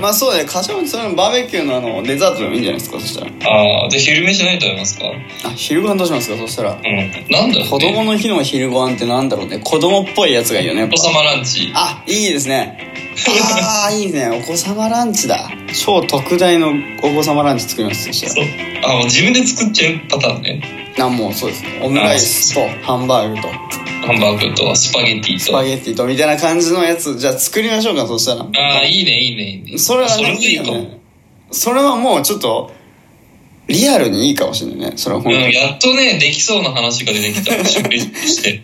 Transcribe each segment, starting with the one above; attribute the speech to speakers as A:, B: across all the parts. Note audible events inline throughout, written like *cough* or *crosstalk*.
A: まあそうだね柏本それのバーベキューのあのデザートでもいいんじゃないですかそしたら
B: ああで昼飯何食べますかうん
A: あ昼ご飯どうしますかそしたら
B: なんだろう、ね、
A: 子供の日の昼ご飯ってなんだろうね子供っぽいやつがいいよねやっ
B: お子
A: ぱ
B: 様ランチ
A: あいいですねああいいねお子様ランチだ超特大のお子様ランチ作りますそした
B: そうあもう自分で作っちゃうパターンね
A: らあもうそうですねオムライスとハンバーグと
B: ハンバーグとスパゲッティ
A: ス
B: と
A: パゲッティとみたいな感じのやつじゃあ作りましょうかそしたら
B: ああいいねいいねいいね
A: それは
B: それ
A: ね
B: もいいよ、ね、
A: それはもうちょっとリアルにいいかもしれないねそれは
B: うん
A: 本当に
B: やっとねできそうな話が出てきた *laughs* 準備して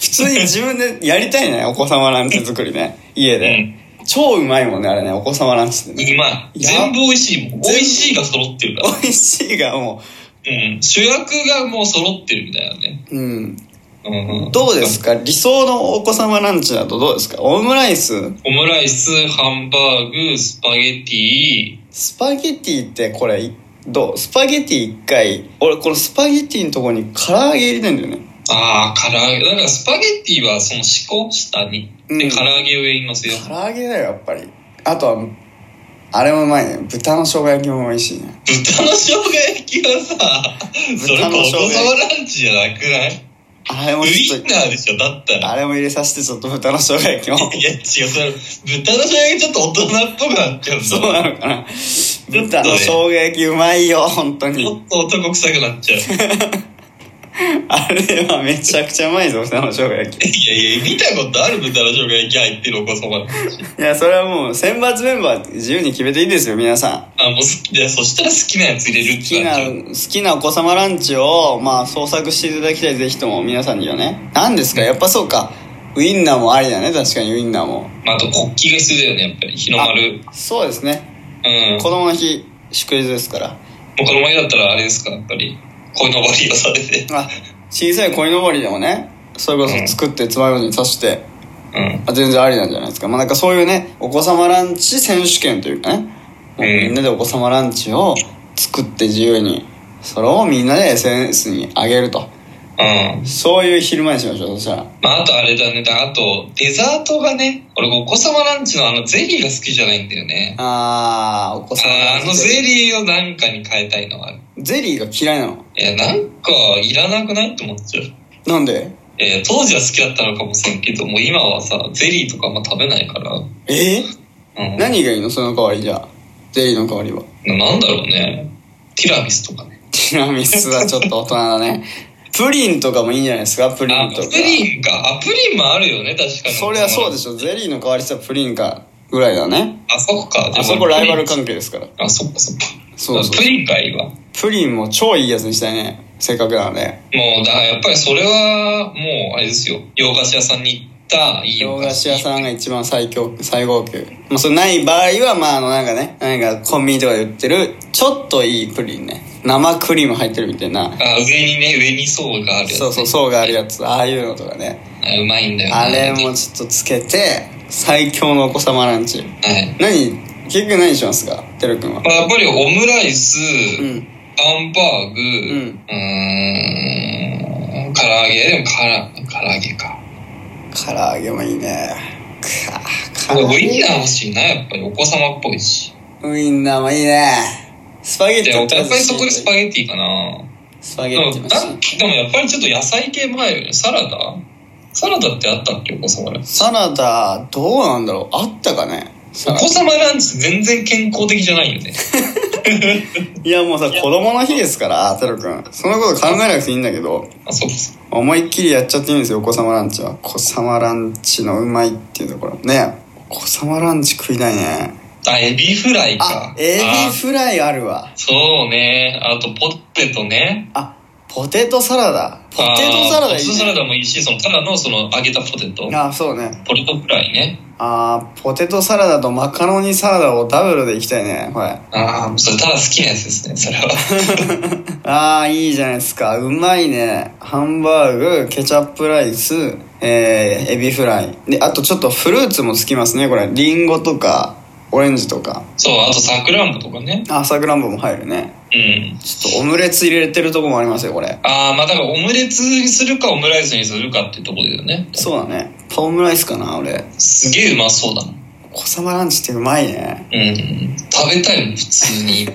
A: 普通に自分でやりたいねお子様ランチ作りね家
B: う
A: で、超うまいもんねあれねお子様ランチってね
B: うまい
A: いや
B: 全部美味しいもん美味しいが揃ってるから
A: 美味しいがも
B: うん主役がもう揃ってるみたいなね
A: ううん
B: うんうん
A: どうですか理想のお子様ランチだとどうですかオムライス
B: オムライスハンバーグスパゲッティ
A: スパゲティってこれどうスパゲティ1回俺このスパゲティのとこに唐揚げ入れてんだよね
B: ああ唐揚げだからスパゲッティはその四股下に
A: う
B: で
A: ん
B: 唐揚げを上に乗せよう
A: 唐揚げだよやっぱりあとはあれもうまいね豚の生姜焼きも美味しいね
B: 豚の生姜焼きはさ
A: *laughs*
B: それ
A: 豚
B: こ
A: の
B: お
A: 生姜
B: 子
A: 焼き
B: 様ランチじゃなくない
A: あれ
B: ウ
A: もちょ
B: イ
A: っ
B: ンナーでしょだった
A: と
B: ら
A: あれも入れさせてちょっと豚の生姜焼きも
B: いや違うそれ豚の生姜焼きちょっと大人っぽくなっちゃうん
A: *laughs*
B: だ
A: そうなのかな豚の生姜焼きうまいよ本当
B: ちょ
A: に
B: っと男臭くなっちゃう
A: あれはめちゃくちゃうまいぞ豚の生姜焼き
B: いやいや見たことある豚の生姜焼き入ってるお子様ランチ
A: いやそれはもう選抜メンバー自由に決めていいですよ皆さん
B: あもう好きじゃあそしたら好きなやつ入れる
A: 好
B: って
A: き
B: なっ
A: な
B: ちゃう
A: 好きなお子様ランチを、まあ、創作していただきたいぜひとも皆さんにはね何ですかやっぱそうかウインナーもありだね確かにウインナーも
B: まあ、あと国旗が必要だよねやっぱり日の丸
A: そうですね
B: うん
A: 子供の日祝日ですから
B: もうこの前だったらあれですかやっぱりこういうの割り出さ
A: *laughs*
B: れて
A: あ小さい鯉のぼりでもねそれこそ作ってつまようじに刺して、
B: うん
A: あ全然ありなんじゃないですかまあなんかそういうねお子様ランチ選手権というかねもう
B: うん
A: みんなでお子様ランチを作って自由にそれをみんなで SNS に上げると
B: うん
A: そういう昼間にしましょうそしたら
B: まああとあれだねだあとデザートがね俺お子様ランチのあのゼリーが好きじゃないんだよね
A: あーお子様
B: あーあのゼ
A: リ
B: リーをなんかに変えたいのはある
A: ーゼリーが嫌いなの
B: いやなんかいらなくないって思っちゃう
A: なんで
B: えー当時は好きだったのかもしれんけどもう今はさゼリーとかあんま食べないから、うん、
A: えー何がいいのその代わりじゃあゼリーの代わりは
B: なんだろうねティラミスとかね
A: ティラミスはちょっと大人だね *laughs* プリンとかもいいんじゃないですかプリ
B: あ
A: ンとか
B: プリンかあプリンもあるよね確かに
A: そりゃそうで
B: し
A: しょゼリーの代わりしたらプリンかぐらいだね
B: あそこかでも
A: あそこライバル関係ですから
B: あそっかそっか
A: そうそう
B: プリンがいいわも
A: プリンも超いいやつにしたいねせっかくなので
B: うだからやっぱりそれはもうあれですよ洋菓子屋さんに行ったいい
A: 洋菓子屋さんが一番最強最高級まあそれない場合はまああのなんかねなんかコンビニとかで売ってるちょっといいプリンね生クリーム入ってるみたいな
B: あ上にね上に層があるやつね
A: そうそう層があるやつああいうのとかね
B: あうまいんだよね
A: あれもちょっとつけて最強のお子様ランチ
B: はい、
A: 何結局何しますかてるくんは
B: まあ、やっぱりオムライス、
A: うん
B: ハンバーグ
A: ん
B: うーん唐揚げでもから唐揚げか
A: 唐揚げもいいねか
B: ウ
A: 唐揚げ
B: インナー欲しいなやっぱりお子様っぽいし
A: ウインナーもいいねスパゲッ
B: で
A: ティ
B: や
A: も
B: っぱりそこでスパ
A: ゲ
B: ゲッティかな
A: スパ
B: で
A: ゲ
B: も
A: ッティも
B: な
A: し
B: でもやっぱりちょっと野菜系もあるよねサラダサラダってあったっけお子様ランチ
A: サラダどうなんだろうあったかねサ
B: お
A: ラダ
B: 子様ランチ全然健康的じゃない
A: *laughs*
B: よね
A: いやもうさ子供の日ですからてるくんそんなこと考えなくていいんだけど
B: あそうです
A: 思いっきりやっちゃっていいんですよお子様ランチはお子様ランチのうまいっていうところねお子様ランチ食いたいね
B: あエビフライ
A: あ
B: か
A: エ
B: あ
A: ビフライあるわ
B: そうねあとポテトね
A: あポテトサラダポテトサラダ
B: あー
A: い
B: ポテ
A: い
B: トサラ
A: ね
B: ダもいいしそのただのその揚げたポテト
A: あそうね
B: ポテトフライね
A: あーポテトサラダとマカロニサラダをダブルでいきたいねこれ
B: ああそれただ好きなやつですねそれは
A: *laughs* ああいいじゃないですかうまいねハンバーグケチャップライスえー、エビフライであとちょっとフルーツもつきますねこれリンゴとかオレンジとか
B: そうあとさくらんぼとかね
A: あさくらんぼも入るね
B: うん
A: ちょっとオムレツ入れてるとこもありますよこれ
B: ああまあだからオムレツにするかオムライスにするかっていうところだよね
A: そうだねパオムライスかな俺
B: すげえうまそうだもん
A: お子様ランチってうまいね
B: うん。食べたいもん、普通 *laughs* に。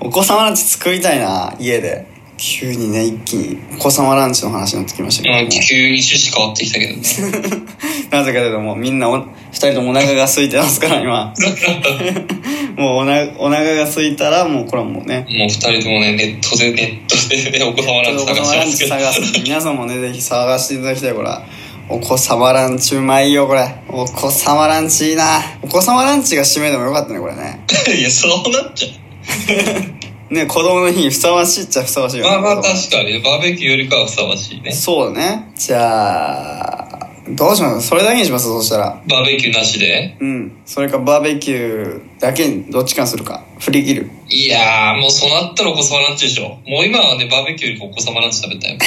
A: お子様ランチ作りたいな家で急にね一気にお子様ランチの話になってきましたけど
B: まあ、
A: ね
B: 急に趣旨変わってきたけどね。
A: *laughs* なぜかというともうみんなお二人ともお腹が空いてますから今
B: *laughs*
A: *laughs* もうおなお腹が空いたらもうこれはもうね
B: もう二人ともね、ネットで、ネットでね、お子様ランチ探してますけど。
A: 探す皆さんもねぜひ探していただきたいこれお子様ランチうまいよこれお子様ランチいいなお子様ランチが締めでもよかったねこれね
B: *laughs* いや、そうなっちゃ。
A: ね子供の日にふさわしいっちゃふさわしいうよね
B: まあまあ、確かに。バーベキューよりかはふさわしいね。
A: そうだねじゃあどうしますそれだけにしますそしたら
B: バーベキューなしで
A: うんそれかバーベキューだけにどっちかにするか振り切る
B: いやー、もうそうなったらお子様ランチでしょ。もう今はね、バーベキューよりかお子様ランチ食べたいもん。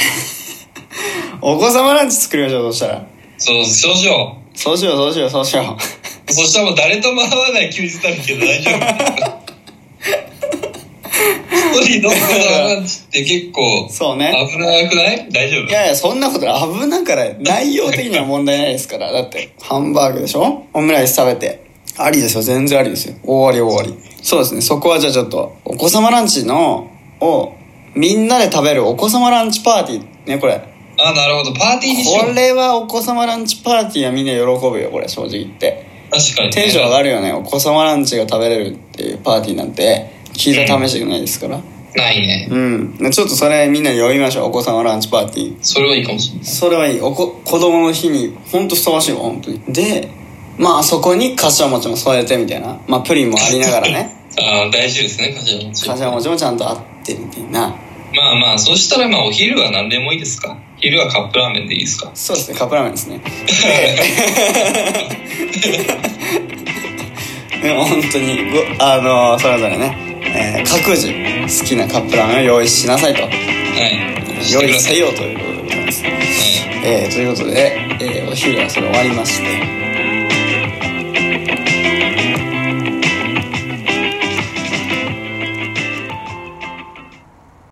A: お子様ランチ作りましょうそしたら
B: そう、そうしよ
A: そうしようそうしようそうし *laughs* よ
B: う。そしたらもう誰とも会わない休日旅けど大丈夫。一人のお子様ランチって結構
A: うそうね
B: 危なくない大丈夫
A: いやいや、そんなことない危なから、内容的には問題ないですから。だって、ハンバーグでしょオムライス食べて。ありですよ、全然ありですよ。終わり終わり。そうですね、そこはじゃあちょっと、お子様ランチの、を、みんなで食べるお子様ランチパーティー。ね、これ。
B: あ、なるほど。パーティーにしよう。
A: これはお子様ランチパーティーはみんな喜ぶよ、これ、正直言って。
B: 確かに、ね。
A: テンション上がるよね、お子様ランチが食べれるっていうパーティーなんて、聞いた試しがないですから。
B: ないね。
A: うん。ちょっとそれみんなで呼びましょう、お子様ランチパーティー。
B: それはいいかもしれない。
A: それはいいおこ子供の日に本当ふさわしいわ本当にでまあそこに柏餅も添えてみたいなまあプリンもありながら
B: *laughs*
A: ね
B: ああ、大事ですね、柏餅。
A: 柏餅もちゃんとあってみたいな
B: まあまあ、そしたらまあ、お昼は何でもいいですか。昼はカップラーメンでいいですか。
A: そうですねカップラーメンですね
B: *laughs*
A: ででも本当にごあのそれぞれね、えー各自好きなカップラーメンを用意しなさいと
B: はい。し
A: 用
B: てく
A: 意
B: ださ
A: せ
B: い。
A: よということでございます、
B: はい
A: えーということで、えーお昼はそれ終わりまして